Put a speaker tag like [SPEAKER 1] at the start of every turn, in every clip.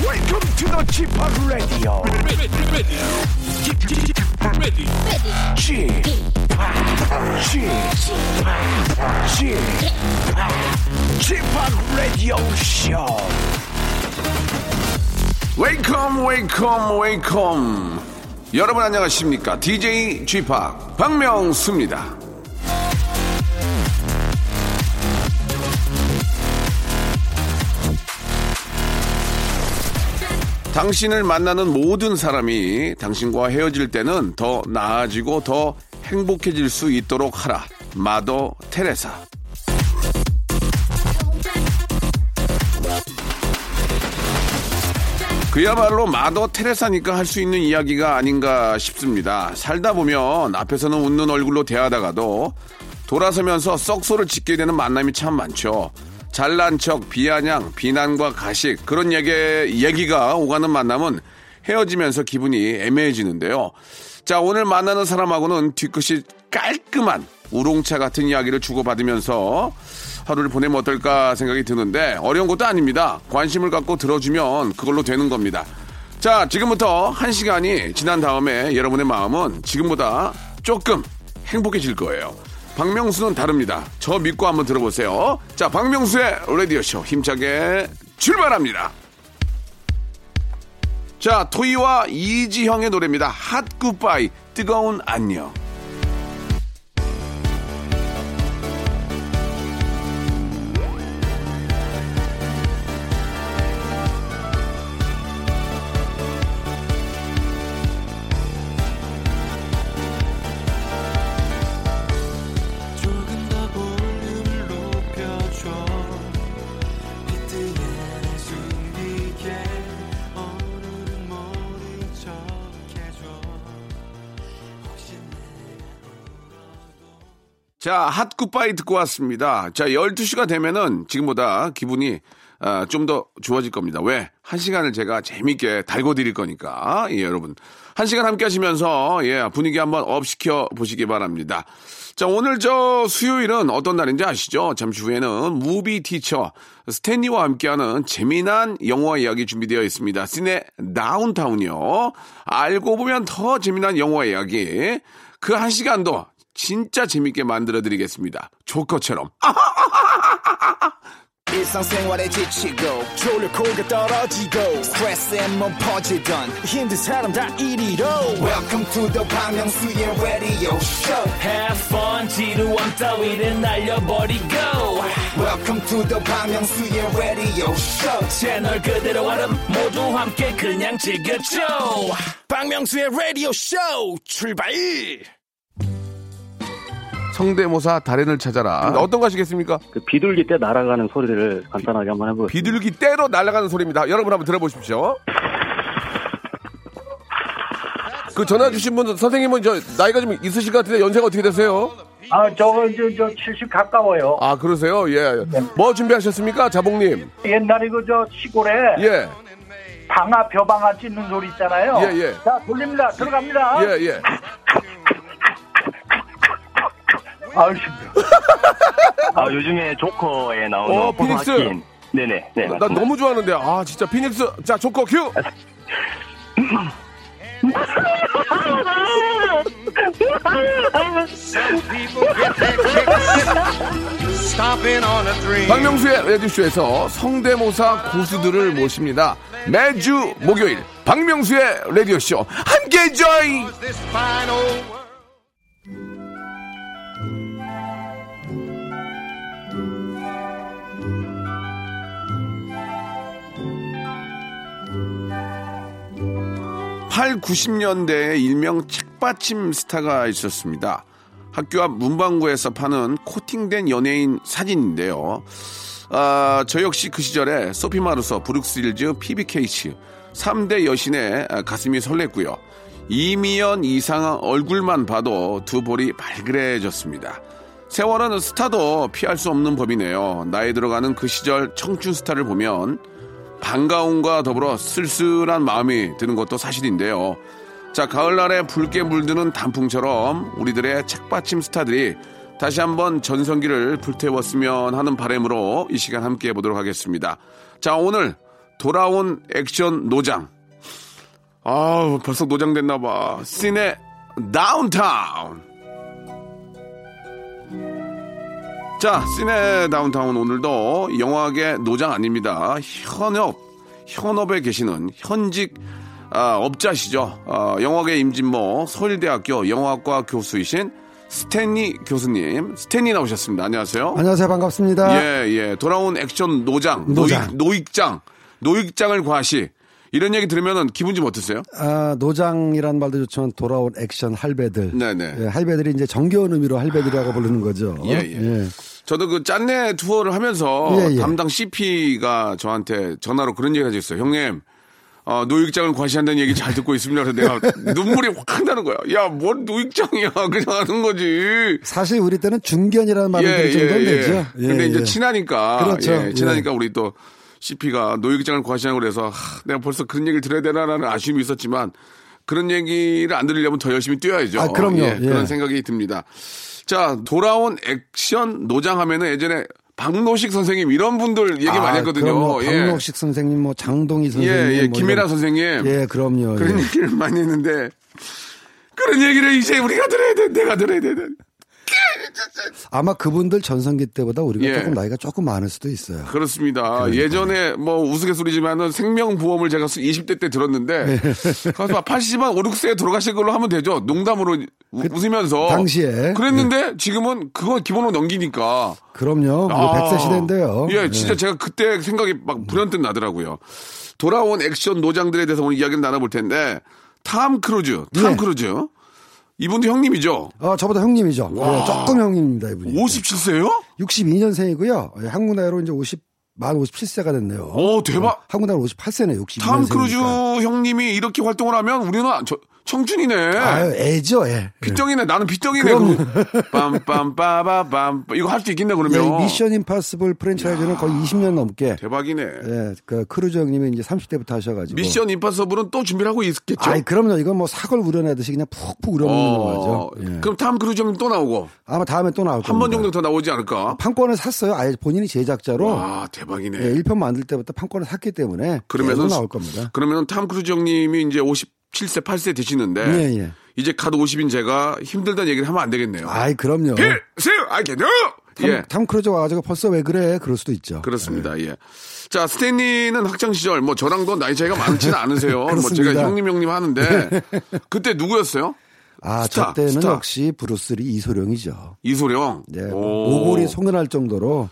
[SPEAKER 1] Welcome to the g p o p Radio.
[SPEAKER 2] ready, ready, ready, ready.
[SPEAKER 1] g p o p g p o p Radio Show.
[SPEAKER 3] 웨이컴 웨이컴 웨이컴 여러분 안녕하십니까 DJ g p o 박명수입니다 당신을 만나는 모든 사람이 당신과 헤어질 때는 더 나아지고 더 행복해질 수 있도록 하라 마더 테레사 그야말로 마더 테레사니까 할 수 있는 이야기가 아닌가 싶습니다. 살다 보면 앞에서는 웃는 얼굴로 대하다가도 돌아서면서 썩소를 짓게 되는 만남이 참 많죠. 잘난 척, 비아냥, 비난과 가식 그런 얘기, 얘기가 오가는 만남은 헤어지면서 기분이 애매해지는데요. 자, 오늘 만나는 사람하고는 뒤끝이 깔끔한 우롱차 같은 이야기를 주고받으면서 하루를 보내면 어떨까 생각이 드는데 어려운 것도 아닙니다. 관심을 갖고 들어주면 그걸로 되는 겁니다. 자, 지금부터 한 시간이 지난 다음에 여러분의 마음은 지금보다 조금 행복해질 거예요. 박명수는 다릅니다. 저 믿고 한번 들어보세요. 자, 박명수의 라디오쇼 힘차게 출발합니다. 자, 토이와 이지형의 노래입니다. 핫 굿바이, 뜨거운 안녕.
[SPEAKER 4] 조금 더 볼륨을 높여줘 비트의 숨기게 오늘은 모른 척해줘 혹시 내가 울어도
[SPEAKER 3] 자, 핫 굿바이 듣고 왔습니다. 자, 12시가 되면은 지금보다 기분이 좀 더 좋아질 겁니다. 왜? 한 시간을 제가 재밌게 달고 드릴 거니까. 예, 여러분. 한 시간 함께 하시면서, 예, 분위기 한번 업 시켜 보시기 바랍니다. 자, 오늘 저 수요일은 어떤 날인지 아시죠? 잠시 후에는 무비 티처 스탠리와 함께하는 재미난 영화 이야기 준비되어 있습니다. 시네 다운타운이요. 알고 보면 더 재미난 영화 이야기. 그 한 시간도 진짜 재밌게 만들어 드리겠습니다. 조커처럼. 아!
[SPEAKER 5] 일상생활에 지치고,
[SPEAKER 1] 졸려 코가 떨어지고
[SPEAKER 5] 스트레스에 몸 퍼지던,
[SPEAKER 1] 힘든 사람 다 이리로.
[SPEAKER 5] welcome to the Bang Myung-soo's radio show
[SPEAKER 6] Have fun 지루함 따위를 날려버리고
[SPEAKER 5] welcome to the Bang Myung-soo's radio show
[SPEAKER 6] 채널 그대로 얼음 모두 함께 그냥 즐겨줘
[SPEAKER 1] 박명수의 라디오 쇼 출발.
[SPEAKER 3] 성대모사 달인을 찾아라. 음, 어떤 거 하시겠습니까?
[SPEAKER 7] 그 비둘기 때 날아가는 소리를 간단하게 한번 해보겠습니다.
[SPEAKER 3] 비둘기 떼로 날아가는 소리입니다. 여러분 한번 들어보십시오. 그 전화 주신 분 선생님은 저 나이가 좀 있으실 것 같은데 연세가 어떻게 되세요?
[SPEAKER 8] 아, 저거 이제 저70 가까워요.
[SPEAKER 3] 아 그러세요? 예. 뭐 준비하셨습니까, 자봉님?
[SPEAKER 8] 옛날에 그 저 시골에
[SPEAKER 3] 예.
[SPEAKER 8] 방아 벼방아 찢는 소리 있잖아요.
[SPEAKER 3] 예, 예.
[SPEAKER 8] 자, 돌립니다. 들어갑니다.
[SPEAKER 3] 예 예.
[SPEAKER 8] 아유 힘들어.
[SPEAKER 7] 아, 요즘에 조커에 나오는
[SPEAKER 3] 어, 피닉스.
[SPEAKER 7] 호박인. 네네, 네,
[SPEAKER 3] 나
[SPEAKER 7] 맞습니다.
[SPEAKER 3] 너무 좋아하는데 아 진짜 피닉스 자 조커 큐. 박명수의 레디쇼에서 성대모사 고수들을 모십니다. 매주 목요일 박명수의 레디오쇼 함께 join. 팔, 90년대에 일명 책받침 스타가 있었습니다. 학교 앞 문방구에서 파는 코팅된 연예인 사진인데요. 아, 저 역시 그 시절에 소피 마루소, 브룩스 힐즈, PBKC 3대 여신의 가슴이 설렜고요. 이미연 이상한 얼굴만 봐도 두 볼이 발그레해졌습니다. 세월은 스타도 피할 수 없는 법이네요. 나이 들어가는 그 시절 청춘 스타를 보면 반가움과 더불어 쓸쓸한 마음이 드는 것도 사실인데요. 자, 가을날에 붉게 물드는 단풍처럼 우리들의 책받침 스타들이 다시 한번 전성기를 불태웠으면 하는 바람으로 이 시간 함께 해보도록 하겠습니다. 자, 오늘 돌아온 액션 노장. 아우, 벌써 노장됐나봐. 씬의 다운타운. 자, 씬의 다운타운 오늘도 영화계 노장 아닙니다. 현업, 현업에 계시는 현직 아, 업자시죠. 아, 영화계 임진모 서울대학교 영화과 교수이신 스탠리 교수님, 스탠리 나오셨습니다. 안녕하세요.
[SPEAKER 9] 안녕하세요 반갑습니다.
[SPEAKER 3] 예, 예. 돌아온 액션 노장,
[SPEAKER 9] 노장.
[SPEAKER 3] 노익, 장 노익장을 과시. 이런 얘기 들으면 기분 좀 어떠세요?
[SPEAKER 9] 아, 노장이란 말도 좋지만 돌아온 액션 할배들.
[SPEAKER 3] 네네.
[SPEAKER 9] 예, 할배들이 이제 정겨운 의미로 할배들이라고 부르는 거죠.
[SPEAKER 3] 예, 예. 저도 그 짠내 투어를 하면서
[SPEAKER 9] 예, 예.
[SPEAKER 3] 담당 CP가 저한테 전화로 그런 얘기가 있어요. 형님, 어, 노익장을 과시한다는 얘기 잘 듣고 있습니다. 그래서 내가 눈물이 확 나는 거야. 야, 뭔 노익장이야. 그냥 하는 거지.
[SPEAKER 9] 사실 우리 때는 중견이라는 말을 들을 예, 정도는 되죠. 예,
[SPEAKER 3] 예, 근데 이제
[SPEAKER 9] 예.
[SPEAKER 3] 친하니까.
[SPEAKER 9] 그렇죠.
[SPEAKER 3] 예, 친하니까
[SPEAKER 9] 예.
[SPEAKER 3] 우리 또 CP가 노익장을 과시하고 그래서 하, 내가 벌써 그런 얘기를 들어야 되나라는 아쉬움이 있었지만 그런 얘기를 안 들으려면 더 열심히 뛰어야죠.
[SPEAKER 9] 아, 그럼요.
[SPEAKER 3] 예, 그런
[SPEAKER 9] 예.
[SPEAKER 3] 생각이 듭니다. 자, 돌아온 액션 노장 하면은 예전에 박노식 선생님 이런 분들 얘기 많이
[SPEAKER 9] 아,
[SPEAKER 3] 했거든요.
[SPEAKER 9] 그럼 뭐
[SPEAKER 3] 예.
[SPEAKER 9] 박록식 선생님, 뭐 장동희
[SPEAKER 3] 예,
[SPEAKER 9] 선생님,
[SPEAKER 3] 예.
[SPEAKER 9] 뭐
[SPEAKER 3] 김혜라
[SPEAKER 9] 이런-
[SPEAKER 3] 선생님.
[SPEAKER 9] 예, 그럼요.
[SPEAKER 3] 그런
[SPEAKER 9] 예.
[SPEAKER 3] 얘기를 많이 했는데 그런 얘기를 이제 우리가 들어야 돼. 내가 들어야 돼.
[SPEAKER 9] 아마 그분들 전성기 때보다 우리가
[SPEAKER 3] 예.
[SPEAKER 9] 조금 나이가 조금 많을 수도 있어요.
[SPEAKER 3] 그렇습니다. 예전에 뭐 우스갯소리지만은 생명보험을 제가 수- 20대 때 들었는데
[SPEAKER 9] 네.
[SPEAKER 3] 가서 80만 5, 6세에 돌아가실 걸로 하면 되죠. 농담으로 우- 웃으면서
[SPEAKER 9] 그 당시에. 네.
[SPEAKER 3] 그랬는데 지금은 그거 기본으로 넘기니까
[SPEAKER 9] 그럼요. 우리
[SPEAKER 3] 아.
[SPEAKER 9] 100세 시대인데요. 네.
[SPEAKER 3] 예, 진짜 제가 그때 생각이 막 불현듯 나더라고요. 돌아온 액션 노장들에 대해서 오늘 이야기를 나눠볼 텐데 탐 크루즈, 탐
[SPEAKER 9] 예.
[SPEAKER 3] 크루즈 이분도 형님이죠.
[SPEAKER 9] 어, 저보다 형님이죠. 예, 조금 형님입니다, 이분이.
[SPEAKER 3] 57세요?
[SPEAKER 9] 62년생이고요. 예, 한국 나이로 이제 50, 만 57세가 됐네요.
[SPEAKER 3] 오, 대박.
[SPEAKER 9] 어, 한국 나이로 58세네, 62년생.
[SPEAKER 3] 탐 크루즈 형님이 이렇게 활동을 하면 우리는 저- 청춘이네.
[SPEAKER 9] 아유, 애죠, 애.
[SPEAKER 3] 빗덩이네. 나는 빗덩이네.
[SPEAKER 9] 그럼.
[SPEAKER 3] 빰빰빠바빰. 이거 할 수 있겠네 그러면.
[SPEAKER 9] 예, 미션 임파서블 프랜차이즈는 거의 20년 넘게.
[SPEAKER 3] 대박이네.
[SPEAKER 9] 예, 그 크루즈 형님이 이제 30대부터 하셔가지고.
[SPEAKER 3] 미션 임파서블은 또 준비를 하고 있겠죠.
[SPEAKER 9] 아이, 그럼요. 이건 뭐 사골 우려내듯이 그냥 푹푹 우려먹는
[SPEAKER 3] 어,
[SPEAKER 9] 거죠. 예.
[SPEAKER 3] 그럼 탐 크루즈 형님 또 나오고
[SPEAKER 9] 아마 다음에 또 나올 겁니다.
[SPEAKER 3] 한 번 정도 더 나오지 않을까?
[SPEAKER 9] 판권을 샀어요. 아예 본인이 제작자로.
[SPEAKER 3] 아 대박이네.
[SPEAKER 9] 예, 1편 만들 때부터 판권을 샀기 때문에.
[SPEAKER 3] 그러면은
[SPEAKER 9] 계속 나올 겁니다.
[SPEAKER 3] 그러면 탐 크루즈 형님이 이제 57세 8세 되시는데
[SPEAKER 9] 예, 예.
[SPEAKER 3] 이제 가도 50인 제가 힘들다는 얘기를 하면 안 되겠네요. 예,
[SPEAKER 9] 아이, 그럼요.
[SPEAKER 3] 필세요 예. 아이게요.
[SPEAKER 9] 탐, 탐 크루즈 와가지고 벌써 왜 그래? 그럴 수도 있죠.
[SPEAKER 3] 그렇습니다. 예. 자, 스탠리는 학창 시절 뭐 저랑도 나이 차이가 많지는 않으세요. 뭐 제가
[SPEAKER 9] 그렇습니다. 네.
[SPEAKER 3] 형님 형님 하는데 그때 누구였어요?
[SPEAKER 9] 아,
[SPEAKER 3] 스타,
[SPEAKER 9] 저 때는
[SPEAKER 3] 스타.
[SPEAKER 9] 역시 브루스리 이소룡이죠.
[SPEAKER 3] 이소령.
[SPEAKER 9] 네,
[SPEAKER 3] 오. 아,
[SPEAKER 9] 오골이 송연할 정도로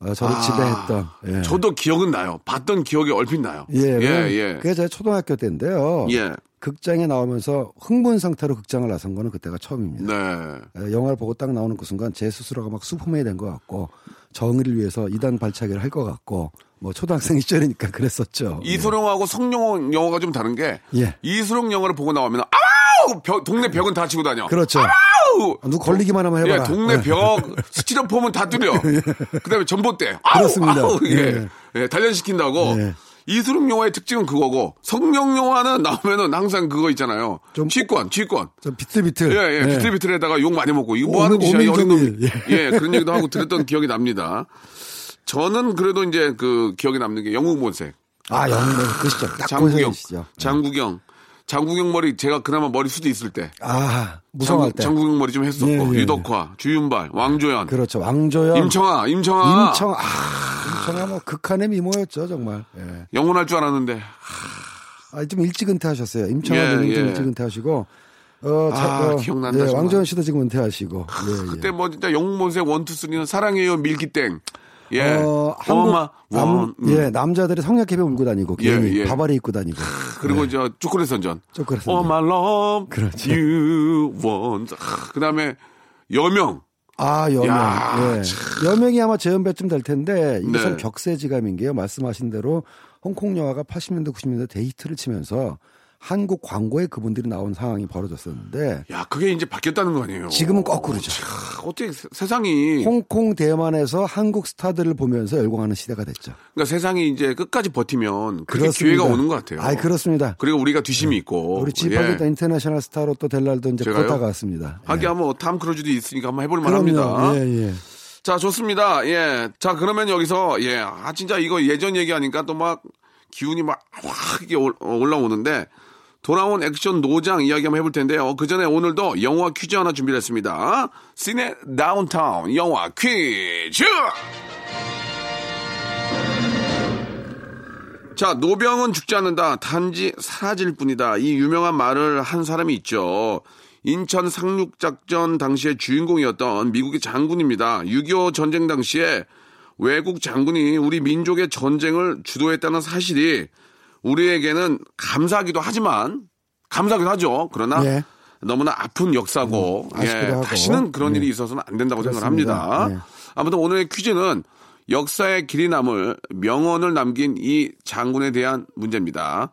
[SPEAKER 9] 어, 저를 지배했던. 예.
[SPEAKER 3] 저도 기억은 나요. 봤던 기억이 얼핏 나요.
[SPEAKER 9] 예,
[SPEAKER 3] 예,
[SPEAKER 9] 그건
[SPEAKER 3] 예.
[SPEAKER 9] 그게 제가 초등학교 때인데요.
[SPEAKER 3] 예.
[SPEAKER 9] 극장에 나오면서 흥분 상태로 극장을 나선 거는 그때가 처음입니다.
[SPEAKER 3] 네.
[SPEAKER 9] 예, 영화를 보고 딱 나오는 그 순간 제 스스로가 막 슈퍼맨이 된 것 같고 정의를 위해서 이단 발차기를 할 것 같고 뭐 초등학생 시절이니까 그랬었죠.
[SPEAKER 3] 이소룡하고 성룡 영화가 좀 다른 게
[SPEAKER 9] 예.
[SPEAKER 3] 이소룡 영화를 보고 나오면 아우 벽, 동네 벽은 다 치고 다녀.
[SPEAKER 9] 예. 그렇죠.
[SPEAKER 3] 아우
[SPEAKER 9] 누 걸리기만 하면
[SPEAKER 3] 예,
[SPEAKER 9] 해봐라.
[SPEAKER 3] 동네
[SPEAKER 9] 예.
[SPEAKER 3] 벽 스티로폼은 다 뚫려. 그다음에 전봇대. 아우,
[SPEAKER 9] 그렇습니다.
[SPEAKER 3] 아우, 예.
[SPEAKER 9] 예.
[SPEAKER 3] 예, 단련시킨다고.
[SPEAKER 9] 예.
[SPEAKER 3] 이수룡 영화의 특징은 그거고 성룡 영화는 나오면은 항상 그거 있잖아요.
[SPEAKER 9] 좀-
[SPEAKER 3] 취권, 취권.
[SPEAKER 9] 좀 비틀비틀.
[SPEAKER 3] 예, 예, 비틀비틀에다가 욕 많이 먹고 이거 뭐
[SPEAKER 9] 오,
[SPEAKER 3] 하는 짓이야, 이 어린 놈.
[SPEAKER 9] 오민정일.
[SPEAKER 3] 예, 그런 얘기도 하고 들었던 기억이 납니다. 저는 그래도 이제 그 기억에 남는 게 영웅본색.
[SPEAKER 9] 아, 영웅 그 시절. 딱
[SPEAKER 3] 장국영.
[SPEAKER 9] 고생이시죠. 네.
[SPEAKER 3] 장국영. 장국영 머리 제가 그나마 머리 수도 있을 때.
[SPEAKER 9] 아, 무성할
[SPEAKER 3] 장국-
[SPEAKER 9] 때.
[SPEAKER 3] 장국영 머리 좀 했었고
[SPEAKER 9] 예, 예.
[SPEAKER 3] 유덕화, 주윤발, 왕조연.
[SPEAKER 9] 그렇죠. 왕조연.
[SPEAKER 3] 임청아, 임청아.
[SPEAKER 9] 임청, 아, 임청아 뭐 극한의 미모였죠, 정말. 예.
[SPEAKER 3] 영혼할 줄 알았는데.
[SPEAKER 9] 아, 좀 일찍 은퇴하셨어요. 임청아
[SPEAKER 3] 예,
[SPEAKER 9] 님좀
[SPEAKER 3] 예.
[SPEAKER 9] 일찍 은퇴하시고. 어,
[SPEAKER 3] 아, 기억난다,
[SPEAKER 9] 예,
[SPEAKER 3] 정말.
[SPEAKER 9] 왕조연 씨도 지금 은퇴하시고. 예, 예.
[SPEAKER 3] 그때 뭐 진짜 영웅본색 원투쓰리는 사랑해요 밀기땡. 예.
[SPEAKER 9] 어, 한국
[SPEAKER 3] 엄마 원.
[SPEAKER 9] 남,
[SPEAKER 3] 음.
[SPEAKER 9] 예, 남자들이 성냥개비 울고 다니고,
[SPEAKER 3] 예,
[SPEAKER 9] 괜히
[SPEAKER 3] 예.
[SPEAKER 9] 바바리 입고 다니고.
[SPEAKER 3] 그리고 저 초콜릿 선전.
[SPEAKER 9] 초콜릿
[SPEAKER 3] Oh my love.
[SPEAKER 9] 예. 그렇죠.
[SPEAKER 3] You want. 아, 그다음에 여명.
[SPEAKER 9] 아, 여명.
[SPEAKER 3] 야,
[SPEAKER 9] 예. 여명이 아마 재연배쯤 될 텐데, 이게
[SPEAKER 3] 네.
[SPEAKER 9] 참 격세지감인 게요. 말씀하신 대로 홍콩 영화가 80년대, 90년대 데이트를 치면서 한국 광고에 그분들이 나온 상황이 벌어졌었는데,
[SPEAKER 3] 야, 그게 이제 바뀌었다는 거 아니에요.
[SPEAKER 9] 지금은 거꾸로죠.
[SPEAKER 3] 크, 어떻게 세- 세상이
[SPEAKER 9] 홍콩, 대만에서 한국 스타들을 보면서 열광하는 시대가 됐죠.
[SPEAKER 3] 그러니까 세상이 이제 끝까지 버티면 그렇게 기회가 오는 것 같아요.
[SPEAKER 9] 아, 그렇습니다. 예.
[SPEAKER 3] 리고 우리가 뒤심이 있고.
[SPEAKER 9] 우리 지파게다 인터내셔널 스타로 또 될 날도 이제
[SPEAKER 3] 제가요?
[SPEAKER 9] 곧 다가왔습니다. 예.
[SPEAKER 3] 하기야 뭐탐 크루즈도 있으니까 한번 해볼
[SPEAKER 9] 그럼요.
[SPEAKER 3] 만합니다.
[SPEAKER 9] 예, 예.
[SPEAKER 3] 자, 좋습니다. 예. 자, 그러면 여기서, 예. 아, 진짜 이거 예전 얘기하니까 또 막 기운이 막 확 어, 올라오는데 돌아온 액션 노장 이야기 한번 해볼 텐데요. 그 전에 오늘도 영화 퀴즈 하나 준비를 했습니다. 시네 다운타운 영화 퀴즈! 자, 노병은 죽지 않는다. 단지 사라질 뿐이다. 이 유명한 말을 한 사람이 있죠. 인천 상륙작전 당시의 주인공이었던 미국의 장군입니다. 6.25 전쟁 당시에 외국 장군이 우리 민족의 전쟁을 주도했다는 사실이 우리에게는 감사하기도 하지만, 감사하기도 하죠. 그러나
[SPEAKER 9] 예.
[SPEAKER 3] 너무나 아픈 역사고,
[SPEAKER 9] 음, 아쉽기도
[SPEAKER 3] 예,
[SPEAKER 9] 하고.
[SPEAKER 3] 다시는 그런
[SPEAKER 9] 네.
[SPEAKER 3] 일이 있어서는 안 된다고
[SPEAKER 9] 그렇습니다.
[SPEAKER 3] 생각합니다.
[SPEAKER 9] 네.
[SPEAKER 3] 아무튼 오늘의 퀴즈는 역사의 길이 남을 명언을 남긴 이 장군에 대한 문제입니다.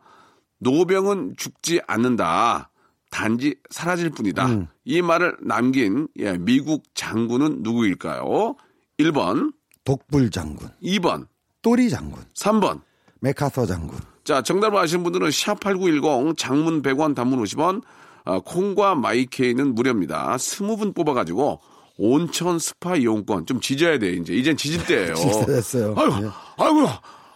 [SPEAKER 3] 노병은 죽지 않는다. 단지 사라질 뿐이다.
[SPEAKER 9] 음.
[SPEAKER 3] 이 말을 남긴 예, 미국 장군은 누구일까요? 1번,
[SPEAKER 9] 독불 장군,
[SPEAKER 3] 2번,
[SPEAKER 9] 또리 장군,
[SPEAKER 3] 3번.
[SPEAKER 9] 메카서 장군.
[SPEAKER 3] 자, 정답을 아시는 분들은 샵8910 장문 100원 단문 50원 아, 콩과 마이케이는 무료입니다. 20분 뽑아가지고 온천 스파 이용권 좀 지져야 돼 이제 이젠 지질 때예요.
[SPEAKER 9] 지졌어요.
[SPEAKER 3] 아이고,
[SPEAKER 9] 예.
[SPEAKER 3] 아이고,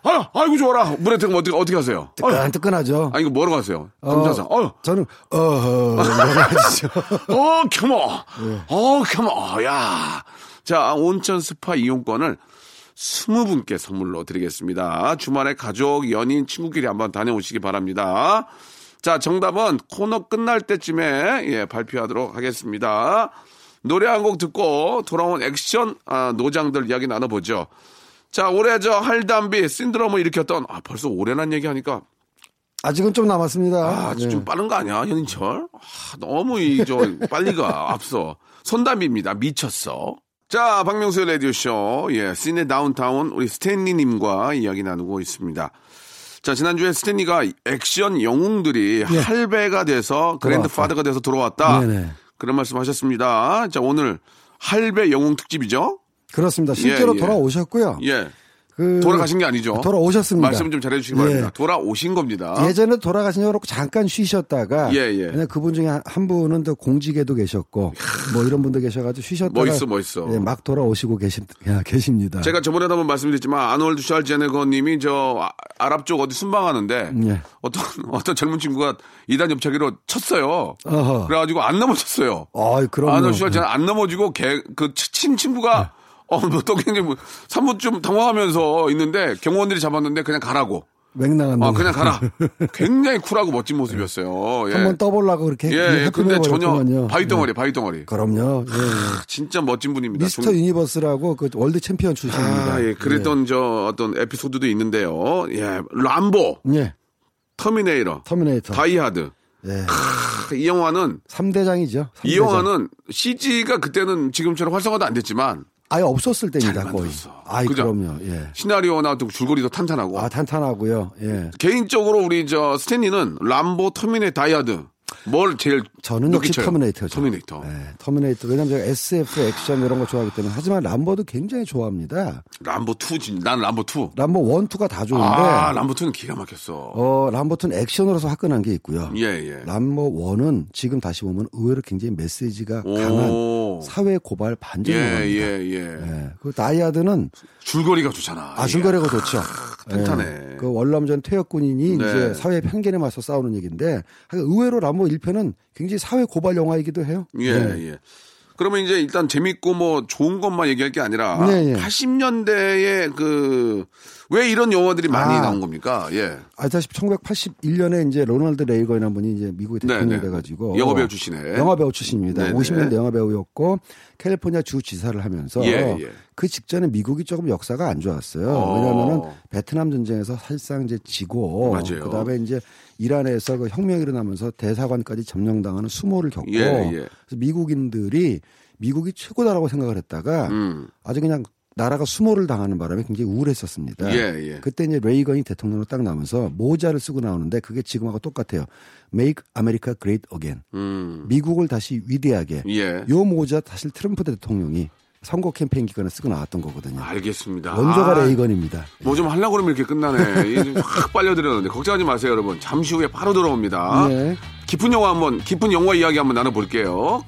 [SPEAKER 3] 아이고, 아이고 좋아라. 물에 들면 어떻게 어떻게 하세요? 아유,
[SPEAKER 9] 뜨끈뜨끈하죠.
[SPEAKER 3] 아 이거 뭐라고 하세요? 감사상. 어, 어,
[SPEAKER 9] 저는 어허죠
[SPEAKER 3] 어 겸어, 어 겸어, 야. 자, 온천 스파 이용권을 20분께 선물로 드리겠습니다. 주말에 가족, 연인, 친구끼리 한번 다녀오시기 바랍니다. 자, 정답은 코너 끝날 때쯤에 예, 발표하도록 하겠습니다. 노래 한 곡 듣고 돌아온 액션 아, 노장들 이야기 나눠보죠. 자, 올해 저 할담비 신드롬을 일으켰던 아 벌써 오래난 얘기하니까
[SPEAKER 9] 아직은 좀 남았습니다.
[SPEAKER 3] 아,
[SPEAKER 9] 네.
[SPEAKER 3] 좀 빠른 거 아니야, 현인철? 아, 너무 이 저 빨리 가 앞서. 손담비입니다. 미쳤어. 자, 박명수의 라디오쇼. 예, 시네 다운타운 우리 스탠리님과 이야기 나누고 있습니다. 자, 지난주에 스탠리가 액션 영웅들이 할배가 돼서 그랜드파더가 돼서 돌아왔다.
[SPEAKER 9] 예. 네네.
[SPEAKER 3] 그런 말씀 하셨습니다. 자, 오늘 할배 영웅 특집이죠?
[SPEAKER 9] 그렇습니다. 실제로
[SPEAKER 3] 예, 예.
[SPEAKER 9] 돌아오셨고요.
[SPEAKER 3] 예.
[SPEAKER 9] 그-
[SPEAKER 3] 돌아가신 게 아니죠.
[SPEAKER 9] 돌아오셨습니다.
[SPEAKER 3] 말씀 좀 잘해주시기
[SPEAKER 9] 예.
[SPEAKER 3] 바랍니다. 돌아오신 겁니다.
[SPEAKER 9] 예전에 돌아가신 여러 분 잠깐 쉬셨다가
[SPEAKER 3] 어? 예, 예.
[SPEAKER 9] 그냥 그분 중에 한- 한 분은 또 공직에도 계셨고 뭐 이런 분도 계셔가지고 쉬셨다가
[SPEAKER 3] 멋있어, 멋있어.
[SPEAKER 9] 예, 막 돌아오시고 계십, 야, 계십니다.
[SPEAKER 3] 제가 저번에도 한번 말씀드렸지만 아놀드 슈왈제네거님이 저 아- 아랍 쪽 어디 순방하는데
[SPEAKER 9] 예.
[SPEAKER 3] 어떤 어떤 젊은 친구가 이단 옆차기로 쳤어요.
[SPEAKER 9] 어허.
[SPEAKER 3] 그래가지고 안 넘어졌어요.
[SPEAKER 9] 아이, 그럼요. 네.
[SPEAKER 3] 아놀드 슈왈제네 안 넘어지고 걔그친 친구가 어또 굉장히 뭐 3분 좀 당황하면서 있는데 경호원들이 잡았는데 그냥 가라고.
[SPEAKER 9] 맹랑한
[SPEAKER 3] 아
[SPEAKER 9] 놈.
[SPEAKER 3] 그냥 가라. 굉장히 쿨하고 멋진 모습이었어요. 예.
[SPEAKER 9] 한번 떠보려고 그렇게
[SPEAKER 3] 예, 예. 근데 전혀
[SPEAKER 9] 해버렸구만요.
[SPEAKER 3] 바위
[SPEAKER 9] 예.
[SPEAKER 3] 덩어리, 바위 덩어리.
[SPEAKER 9] 그럼요. 예, 예.
[SPEAKER 3] 진짜 멋진 분입니다.
[SPEAKER 9] 미스터
[SPEAKER 3] 좀-
[SPEAKER 9] 유니버스라고 그 월드 챔피언 출신입니다.
[SPEAKER 3] 아, 예.
[SPEAKER 9] 네.
[SPEAKER 3] 그랬던 저 어떤 에피소드도 있는데요. 예. 람보.
[SPEAKER 9] 예. 예,
[SPEAKER 3] 터미네이터,
[SPEAKER 9] 터미네이터.
[SPEAKER 3] 다이하드.
[SPEAKER 9] 예.
[SPEAKER 3] 크, 이 영화는
[SPEAKER 9] 3대장이죠.
[SPEAKER 3] 이 영화는 CG가 그때는 지금처럼 활성화도 안 됐지만
[SPEAKER 9] 아예 없었을 때입니다,
[SPEAKER 3] 잘
[SPEAKER 9] 거의.
[SPEAKER 3] 만들었어.
[SPEAKER 9] 아이,
[SPEAKER 3] 그죠?
[SPEAKER 9] 그럼요. 예.
[SPEAKER 3] 시나리오나 또그 줄거리도 탄탄하고
[SPEAKER 9] 아, 탄탄하고요. 예.
[SPEAKER 3] 개인적으로 우리 저 스탠리는 람보, 터미네이터, 다이하드 뭘 제일
[SPEAKER 9] 저는
[SPEAKER 3] 높게
[SPEAKER 9] 역시
[SPEAKER 3] 쳐요?
[SPEAKER 9] 터미네이터죠.
[SPEAKER 3] 터미네이터.
[SPEAKER 9] 예, 터미네이터. 왜냐면 제가 SF 액션 이런 거 좋아하기 때문에. 하지만 람보도 굉장히 좋아합니다.
[SPEAKER 3] 람보 2 진. 난 람보 2.
[SPEAKER 9] 람보 1, 2가 다 좋은데.
[SPEAKER 3] 아, 람보 2는 기가 막혔어.
[SPEAKER 9] 네. 어, 람보트는 액션으로서 화끈한 게 있고요.
[SPEAKER 3] 예, 예.
[SPEAKER 9] 람보 1은 지금 다시 보면 의외로 굉장히 메시지가 강한
[SPEAKER 3] 오.
[SPEAKER 9] 사회 고발 반전
[SPEAKER 3] 예,
[SPEAKER 9] 영화입니다.
[SPEAKER 3] 예, 예,
[SPEAKER 9] 예. 그 다이아드는
[SPEAKER 3] 줄거리가 좋잖아.
[SPEAKER 9] 아중거래가 좋죠.
[SPEAKER 3] 탄탄해.
[SPEAKER 9] 예. 그 월남전 퇴역군인이
[SPEAKER 3] 네.
[SPEAKER 9] 이제 사회 편견에 맞서 싸우는 얘기인데 하여간 의외로 람보 1편은 굉장히 사회 고발 영화이기도 해요.
[SPEAKER 3] 예,
[SPEAKER 9] 네.
[SPEAKER 3] 예. 그러면 이제 일단 재밌고 뭐 좋은 것만 얘기할 게 아니라
[SPEAKER 9] 네, 예.
[SPEAKER 3] 80년대에 그 왜 이런 영화들이 많이
[SPEAKER 9] 아.
[SPEAKER 3] 나온 겁니까? 예.
[SPEAKER 9] 아시다시피 1981년에 이제 로널드 레이건이라는 분이 이제 미국의
[SPEAKER 3] 네,
[SPEAKER 9] 대통령이
[SPEAKER 3] 네.
[SPEAKER 9] 돼가지고
[SPEAKER 3] 영화배우 출신에.
[SPEAKER 9] 영화배우 출신입니다.
[SPEAKER 3] 네, 네.
[SPEAKER 9] 50년대 영화배우였고 캘리포니아 주 지사를 하면서
[SPEAKER 3] 예, 예.
[SPEAKER 9] 그 직전에 미국이 조금 역사가 안 좋았어요.
[SPEAKER 3] 어.
[SPEAKER 9] 왜냐하면은 베트남 전쟁에서 사실상 이제 지고
[SPEAKER 3] 맞아요.
[SPEAKER 9] 그다음에 이제 이란에서 그 혁명이 일어나면서 대사관까지 점령당하는 수모를 겪고
[SPEAKER 3] 예, 예.
[SPEAKER 9] 그래서 미국인들이 미국이 최고다라고 생각을 했다가
[SPEAKER 3] 음.
[SPEAKER 9] 아주 그냥 나라가 수모를 당하는 바람에 굉장히 우울했었습니다.
[SPEAKER 3] 예, 예.
[SPEAKER 9] 그때 이제 레이건이 대통령으로 딱 나오면서 모자를 쓰고 나오는데 그게 지금하고 똑같아요. Make America Great Again.
[SPEAKER 3] 음.
[SPEAKER 9] 미국을 다시 위대하게.
[SPEAKER 3] 예.
[SPEAKER 9] 요 모자 사실 트럼프 대통령이 선거 캠페인 기간에 쓰고 나왔던 거거든요.
[SPEAKER 3] 아, 알겠습니다.
[SPEAKER 9] 원조가 레이건입니다.
[SPEAKER 3] 뭐 좀 하려고 그러면 이렇게 끝나네. 이게 좀확 빨려들었는데 걱정하지 마세요, 여러분. 잠시 후에 바로 돌아옵니다.
[SPEAKER 9] 예.
[SPEAKER 3] 깊은 영화 한번 깊은 영화 이야기 한번 나눠 볼게요.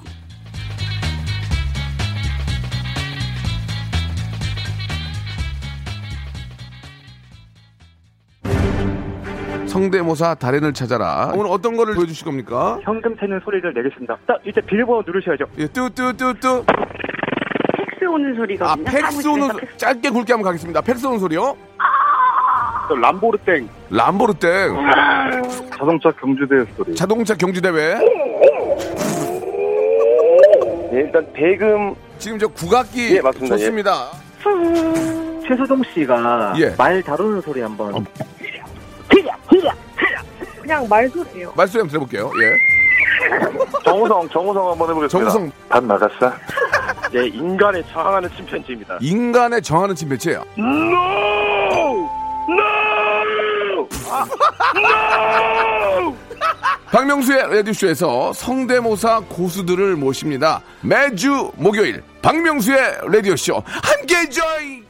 [SPEAKER 3] 성대모사 달인을 찾아라. 오늘 어떤 거를 보여주실 겁니까?
[SPEAKER 7] 현금 채는 소리를 내겠습니다. 딱 이제 빌보드 누르셔야죠.
[SPEAKER 3] 예, 뚜뚜뚜뚜.
[SPEAKER 10] 팩스 오는
[SPEAKER 3] 아,
[SPEAKER 10] 소리거든요.
[SPEAKER 3] 팩스 오는 소- 짧게 굵게 한번 가겠습니다. 팩스 오는 소리요? 람보르땡. 람보르땡.
[SPEAKER 7] 자동차 경주대 소리.
[SPEAKER 3] 자동차 경주대회.
[SPEAKER 7] 예, 일단 배금.
[SPEAKER 3] 지금 저 국악기
[SPEAKER 7] 예, 맞습니다.
[SPEAKER 3] 좋습니다.
[SPEAKER 7] 최수동 씨가
[SPEAKER 3] 예.
[SPEAKER 7] 말 다루는 소리 한번.
[SPEAKER 3] 어.
[SPEAKER 10] 그냥 말소리예요.
[SPEAKER 3] 말소리 한번 들어볼게요. 예.
[SPEAKER 7] 정우성, 정우성 한번 해보겠습니다.
[SPEAKER 3] 정우성.
[SPEAKER 7] 밥 나갔어? 예, 인간에 저항하는 침팬지입니다.
[SPEAKER 3] 인간의 정하는 침 매체야. 박명수의 라디오쇼에서 성대모사 고수들을 모십니다. 매주 목요일 박명수의 라디오쇼 함께 join!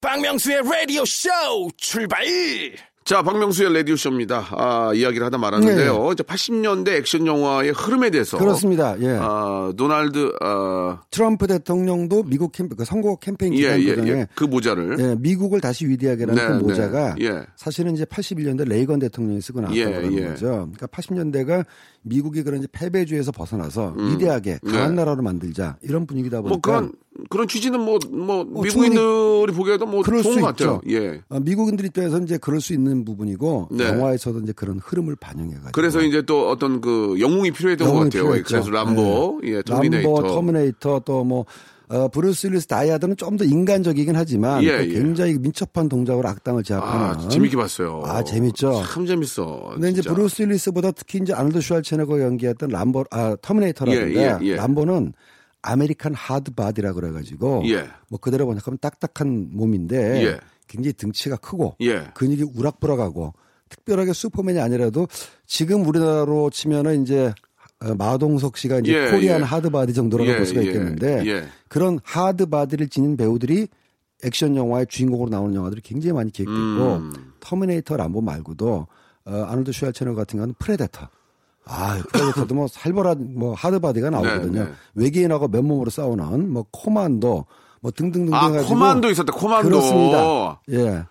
[SPEAKER 1] 박명수의 라디오 쇼 출발!
[SPEAKER 3] 자, 박명수의 라디오쇼입니다. 아, 이야기를 하다 말았는데요. 이제 80년대 액션 영화의 흐름에 대해서.
[SPEAKER 9] 그렇습니다. 예.
[SPEAKER 3] 아, 도날드, 아,
[SPEAKER 9] 트럼프 대통령도 미국 캠페 그 선거 캠페인
[SPEAKER 3] 예,
[SPEAKER 9] 기간
[SPEAKER 3] 예,
[SPEAKER 9] 도중에
[SPEAKER 3] 예. 그 모자를.
[SPEAKER 9] 예, 미국을 다시 위대하게라는
[SPEAKER 3] 네,
[SPEAKER 9] 그
[SPEAKER 3] 네.
[SPEAKER 9] 모자가
[SPEAKER 3] 예.
[SPEAKER 9] 사실은 이제 81년대 레이건 대통령이 쓰고 나왔다고
[SPEAKER 3] 예,
[SPEAKER 9] 하는
[SPEAKER 3] 예.
[SPEAKER 9] 거죠. 그러니까 80년대가 미국이 그런 이제 패배주의에서 벗어나서 위대하게 강한
[SPEAKER 3] 음, 네.
[SPEAKER 9] 나라로 만들자 이런 분위기다 보니까
[SPEAKER 3] 뭐 그런, 그런 취지는 뭐, 뭐,
[SPEAKER 9] 어,
[SPEAKER 3] 미국인들이 보기에도 뭐
[SPEAKER 9] 그럴
[SPEAKER 3] 좋은
[SPEAKER 9] 수
[SPEAKER 3] 것 같아요.
[SPEAKER 9] 있죠.
[SPEAKER 3] 예.
[SPEAKER 9] 어, 미국인들 입장에서 이제 그럴 수 있는 부분이고
[SPEAKER 3] 네.
[SPEAKER 9] 영화에서도 이제 그런 흐름을 반영해 가지고
[SPEAKER 3] 그래서 이제 또 어떤 그 영웅이 필요했던 것 같아요. 그래서 람보, 예, 터미네이터.
[SPEAKER 9] 람보, 터미네이터 또 뭐 어, 브루스 윌리스 다이아드는 좀 더 인간적이긴 하지만
[SPEAKER 3] 예,
[SPEAKER 9] 그
[SPEAKER 3] 예.
[SPEAKER 9] 굉장히 민첩한 동작으로 악당을
[SPEAKER 3] 아,
[SPEAKER 9] 제압하는
[SPEAKER 3] 재밌게 봤어요.
[SPEAKER 9] 아, 재밌죠.
[SPEAKER 3] 참 재밌어.
[SPEAKER 9] 근데 이제
[SPEAKER 3] 진짜.
[SPEAKER 9] 브루스 윌리스보다 특히 이제 아놀드 슈왈체네거 연기했던 람보 아 터미네이터라든가
[SPEAKER 3] 예, 예, 예.
[SPEAKER 9] 람보는 아메리칸 하드 바디라 그래 가지고
[SPEAKER 3] 예.
[SPEAKER 9] 뭐 그대로 번역하면 딱딱한 몸인데
[SPEAKER 3] 예.
[SPEAKER 9] 굉장히 등치가 크고
[SPEAKER 3] 예.
[SPEAKER 9] 근육이 우락부락하고 특별하게 슈퍼맨이 아니라도 지금 우리나라로 치면은 이제 어, 마동석 씨가 이제
[SPEAKER 3] 예,
[SPEAKER 9] 코리안
[SPEAKER 3] 예.
[SPEAKER 9] 하드 바디 정도라고
[SPEAKER 3] 예,
[SPEAKER 9] 볼 수가
[SPEAKER 3] 예,
[SPEAKER 9] 있겠는데
[SPEAKER 3] 예.
[SPEAKER 9] 그런 하드 바디를 지닌 배우들이 액션 영화의 주인공으로 나오는 영화들이 굉장히 많이 기획됐고
[SPEAKER 3] 음.
[SPEAKER 9] 터미네이터 람보 말고도 어, 아놀드 슈왈체너 같은 경우는 프레데터. 아, 프레데터도 뭐 살벌한 뭐 하드 바디가 나오거든요.
[SPEAKER 3] 네, 네.
[SPEAKER 9] 외계인하고 맨몸으로 싸우는 뭐 코만도 뭐 등등등
[SPEAKER 3] 아,
[SPEAKER 9] 해가지고
[SPEAKER 3] 코만도 있었다, 코만도.
[SPEAKER 9] 그렇습니다. 예.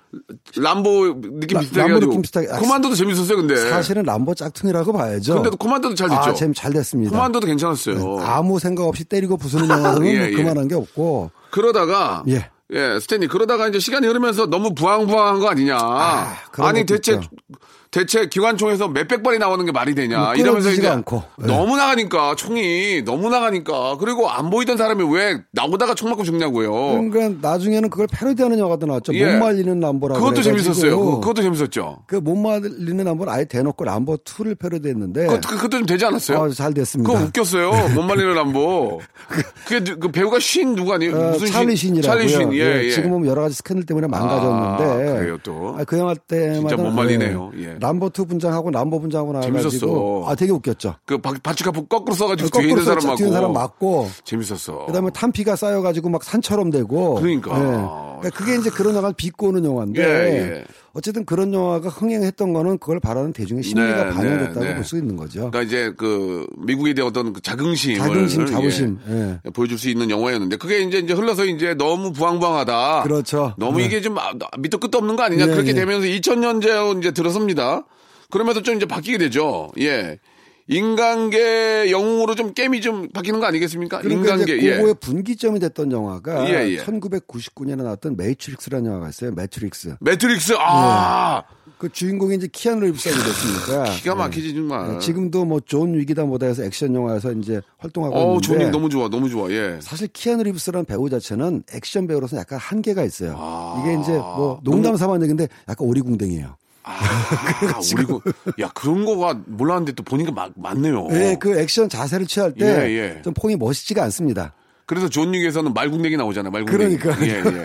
[SPEAKER 3] 람보 느낌
[SPEAKER 9] 라-
[SPEAKER 3] 비슷하게.
[SPEAKER 9] 람보
[SPEAKER 3] 해가지고.
[SPEAKER 9] 느낌 비슷하게. 아,
[SPEAKER 3] 코만도도 재밌었어요, 근데.
[SPEAKER 9] 사실은 람보 짝퉁이라고 봐야죠.
[SPEAKER 3] 네. 근데도 코만도도 잘 됐죠.
[SPEAKER 9] 아, 재미 잘 됐습니다. 네.
[SPEAKER 3] 코만도도 괜찮았어요.
[SPEAKER 9] 아무 생각 없이 때리고 부수는 영화는
[SPEAKER 3] 예, 예.
[SPEAKER 9] 뭐 그만한 게 없고
[SPEAKER 3] 그러다가 예.
[SPEAKER 9] 예.
[SPEAKER 3] 스탠리 그러다가 이제 시간이 흐르면서 너무 부황부황한 거 아니냐. 아,
[SPEAKER 9] 그런
[SPEAKER 3] 니
[SPEAKER 9] 것도
[SPEAKER 3] 대체
[SPEAKER 9] 있죠.
[SPEAKER 3] 대체 기관총에서 몇백 발이 나오는 게 말이 되냐.
[SPEAKER 9] 뭐
[SPEAKER 3] 이러면서 이제
[SPEAKER 9] 끊어지지가 않고. 예.
[SPEAKER 3] 너무 나가니까 총이 너무 나가니까 그리고 안 보이던 사람이 왜 나오다가 총 맞고 죽냐고요.
[SPEAKER 9] 그러니까 나중에는 그걸 패러디하는 영화도 나왔죠.
[SPEAKER 3] 어. 예.
[SPEAKER 9] 못 말리는 람보라고
[SPEAKER 3] 그것도
[SPEAKER 9] 그래가지고.
[SPEAKER 3] 재밌었어요. 그- 그것도 재밌었죠.
[SPEAKER 9] 그 못 말리는 람보는 아예 대놓고 람보 2를 패러디했는데
[SPEAKER 3] 그것도, 그것도 좀 되지 않았어요?
[SPEAKER 9] 예. 아, 잘 됐습니다.
[SPEAKER 3] 그거 웃겼어요. 못 말리는 람보. 그게 누- 그 배우가 쉰 누구 아니에요?
[SPEAKER 9] 어,
[SPEAKER 3] 무슨
[SPEAKER 9] 찰리
[SPEAKER 3] 쉰?
[SPEAKER 9] 신이라고요.
[SPEAKER 3] 찰리 신. 예, 예.
[SPEAKER 9] 지금 보면 여러 가지 스캔들 때문에 망가졌는데.
[SPEAKER 3] 아, 그래요, 또?
[SPEAKER 9] 아, 그 영화 때마다
[SPEAKER 3] 진짜 못 말리네요.
[SPEAKER 9] 그
[SPEAKER 3] 예.
[SPEAKER 9] 람보 2 분장하고 람보 분장하고 나와가지고
[SPEAKER 3] 재밌었어.
[SPEAKER 9] 아 되게 웃겼죠.
[SPEAKER 3] 그 바, 바츠카프 거꾸로 써가지고 뒤에
[SPEAKER 9] 거꾸로
[SPEAKER 3] 있는 사람
[SPEAKER 9] 뒤에 있는 사람
[SPEAKER 3] 맞고.
[SPEAKER 9] 맞고
[SPEAKER 3] 재밌었어.
[SPEAKER 9] 그다음에 탄피가 쌓여가지고 막 산처럼 되고.
[SPEAKER 3] 그러니까.
[SPEAKER 9] 그게 이제 그런 영화를 비꼬 오는 영화인데.
[SPEAKER 3] 예, 예.
[SPEAKER 9] 어쨌든 그런 영화가 흥행했던 거는 그걸 바라는 대중의 심리가
[SPEAKER 3] 네,
[SPEAKER 9] 반영됐다고
[SPEAKER 3] 네, 네.
[SPEAKER 9] 볼 수 있는 거죠.
[SPEAKER 3] 그러니까 이제 그 미국에 대한 어떤 그 자긍심을
[SPEAKER 9] 자긍심, 자부심.
[SPEAKER 3] 예, 보여줄 수 있는 영화였는데 그게 이제 이제 흘러서 이제 너무 부황부황하다.
[SPEAKER 9] 그렇죠.
[SPEAKER 3] 너무
[SPEAKER 9] 네.
[SPEAKER 3] 이게 좀 아, 나- 밑도 끝도 없는 거 아니냐
[SPEAKER 9] 예,
[SPEAKER 3] 그렇게
[SPEAKER 9] 예.
[SPEAKER 3] 되면서 2000년대 이제 들어섭니다. 그러면서 좀 이제 바뀌게 되죠. 예. 인간계 영웅으로 좀 게임이 좀 바뀌는 거 아니겠습니까?
[SPEAKER 9] 그러니까
[SPEAKER 3] 인간계
[SPEAKER 9] 이제
[SPEAKER 3] 예.
[SPEAKER 9] 고고의 분기점이 됐던 영화가
[SPEAKER 3] 예, 예.
[SPEAKER 9] 1999년에 나왔던 매트릭스라는 영화가 있어요. 매트릭스.
[SPEAKER 3] 매트릭스 아
[SPEAKER 9] 그 주인공이 이제 키아누 립스이 됐으니까.
[SPEAKER 3] 기가 막히지 정말.
[SPEAKER 9] 예. 네. 지금도 뭐 존 위기다 뭐다 해서 액션 영화에서 이제 활동하고
[SPEAKER 3] 어우
[SPEAKER 9] 있는데
[SPEAKER 3] 조님 너무 좋아 너무 좋아 예.
[SPEAKER 9] 사실 키아누 리브스라는 배우 자체는 액션 배우로서 약간 한계가 있어요. 이게 이제 뭐 농담 삼아 얘기인데 약간 오리궁뎅이에요.
[SPEAKER 3] 아, 우리고 야 그런 거가 몰랐는데 또 보니까 마, 맞네요.
[SPEAKER 9] 예, 그 액션 자세를 취할 때 좀
[SPEAKER 3] 어. 예, 예.
[SPEAKER 9] 폼이 멋있지가 않습니다.
[SPEAKER 3] 그래서 존 윅에서는 말궁뎅이 나오잖아요. 말궁뎅이.
[SPEAKER 9] 그러니까
[SPEAKER 3] 예, 예.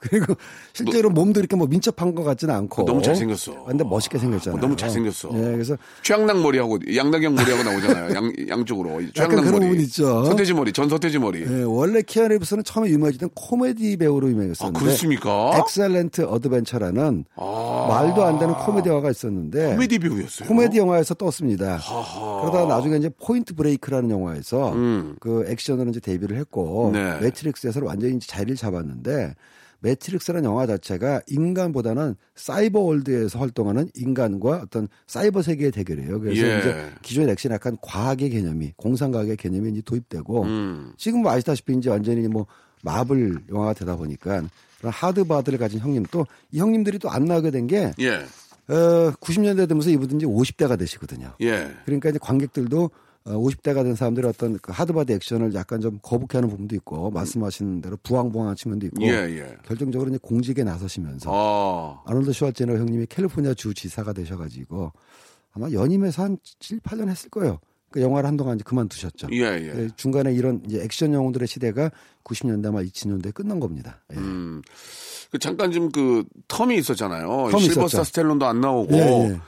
[SPEAKER 9] 그리고 실제로 몸도 이렇게 뭐 민첩한 것 같지는 않고 아,
[SPEAKER 3] 너무 잘생겼어.
[SPEAKER 9] 근데 멋있게 생겼잖아요.
[SPEAKER 3] 너무 잘생겼어.
[SPEAKER 9] 예, 그래서
[SPEAKER 3] 최양락 머리하고 양다경 머리하고 나오잖아요. 양, 양쪽으로. 최양락
[SPEAKER 9] 그런
[SPEAKER 3] 머리.
[SPEAKER 9] 부분 있죠.
[SPEAKER 3] 서태지 머리. 전 서태지 머리.
[SPEAKER 9] 예, 원래 키아누 리브스는 처음에 유명해지던 코미디 배우로
[SPEAKER 3] 아,
[SPEAKER 9] 유명했었는데
[SPEAKER 3] 그렇습니까?
[SPEAKER 9] 엑셀런트 어드벤처라는
[SPEAKER 3] 아.
[SPEAKER 9] 말도 안 되는 코미디 영화가 있었는데
[SPEAKER 3] 코미디 배우였어요.
[SPEAKER 9] 네. 코미디 영화에서 떴습니다. 그러다 나중에 이제 포인트 브레이크라는 영화에서 그 액션으로 이제 데뷔를
[SPEAKER 3] 음.
[SPEAKER 9] 했고
[SPEAKER 3] 네.
[SPEAKER 9] 매트릭스에서 완전히 이제 자리를 잡았는데 매트릭스라는 영화 자체가 인간보다는 사이버 월드에서 활동하는 인간과 어떤 사이버 세계의 대결이에요. 그래서
[SPEAKER 3] 예.
[SPEAKER 9] 이제 기존에 액션 약간 과학의 개념이 공상과학의 개념이 이제 도입되고
[SPEAKER 3] 음.
[SPEAKER 9] 지금 뭐 아시다시피 이제 완전히 뭐 마블 영화가 되다 보니까 그런 하드 바드를 가진 형님 또 이 형님들이 또 안 나오게 된 게
[SPEAKER 3] 예.
[SPEAKER 9] 어, 90년대 되면서 이분들 이제 50대가 되시거든요.
[SPEAKER 3] 예.
[SPEAKER 9] 그러니까 이제 관객들도 어, 50대가 된 사람들의 어떤 그 하드바디 액션을 약간 좀 거북해하는 부분도 있고 말씀하신 대로 부황부황한 측면도 있고
[SPEAKER 3] 예, 예.
[SPEAKER 9] 결정적으로 이제 공직에 나서시면서
[SPEAKER 3] 어.
[SPEAKER 9] 아놀드 슈왈제네거 형님이 캘리포니아 주 지사가 되셔가지고 아마 연임해서 한 7, 8년 했을 거예요. 그 영화를 한동안 이제 그만두셨죠.
[SPEAKER 3] 예, 예.
[SPEAKER 9] 예, 중간에 이런 이제 액션 영웅들의 시대가 90년대 아마 2000년대에 끝난 겁니다. 예.
[SPEAKER 3] 음. 그 잠깐 좀 그 텀이 있었잖아요.
[SPEAKER 9] 텀이
[SPEAKER 3] 실버스타
[SPEAKER 9] 있었죠.
[SPEAKER 3] 스텔론도 안 나오고.
[SPEAKER 9] 예, 예.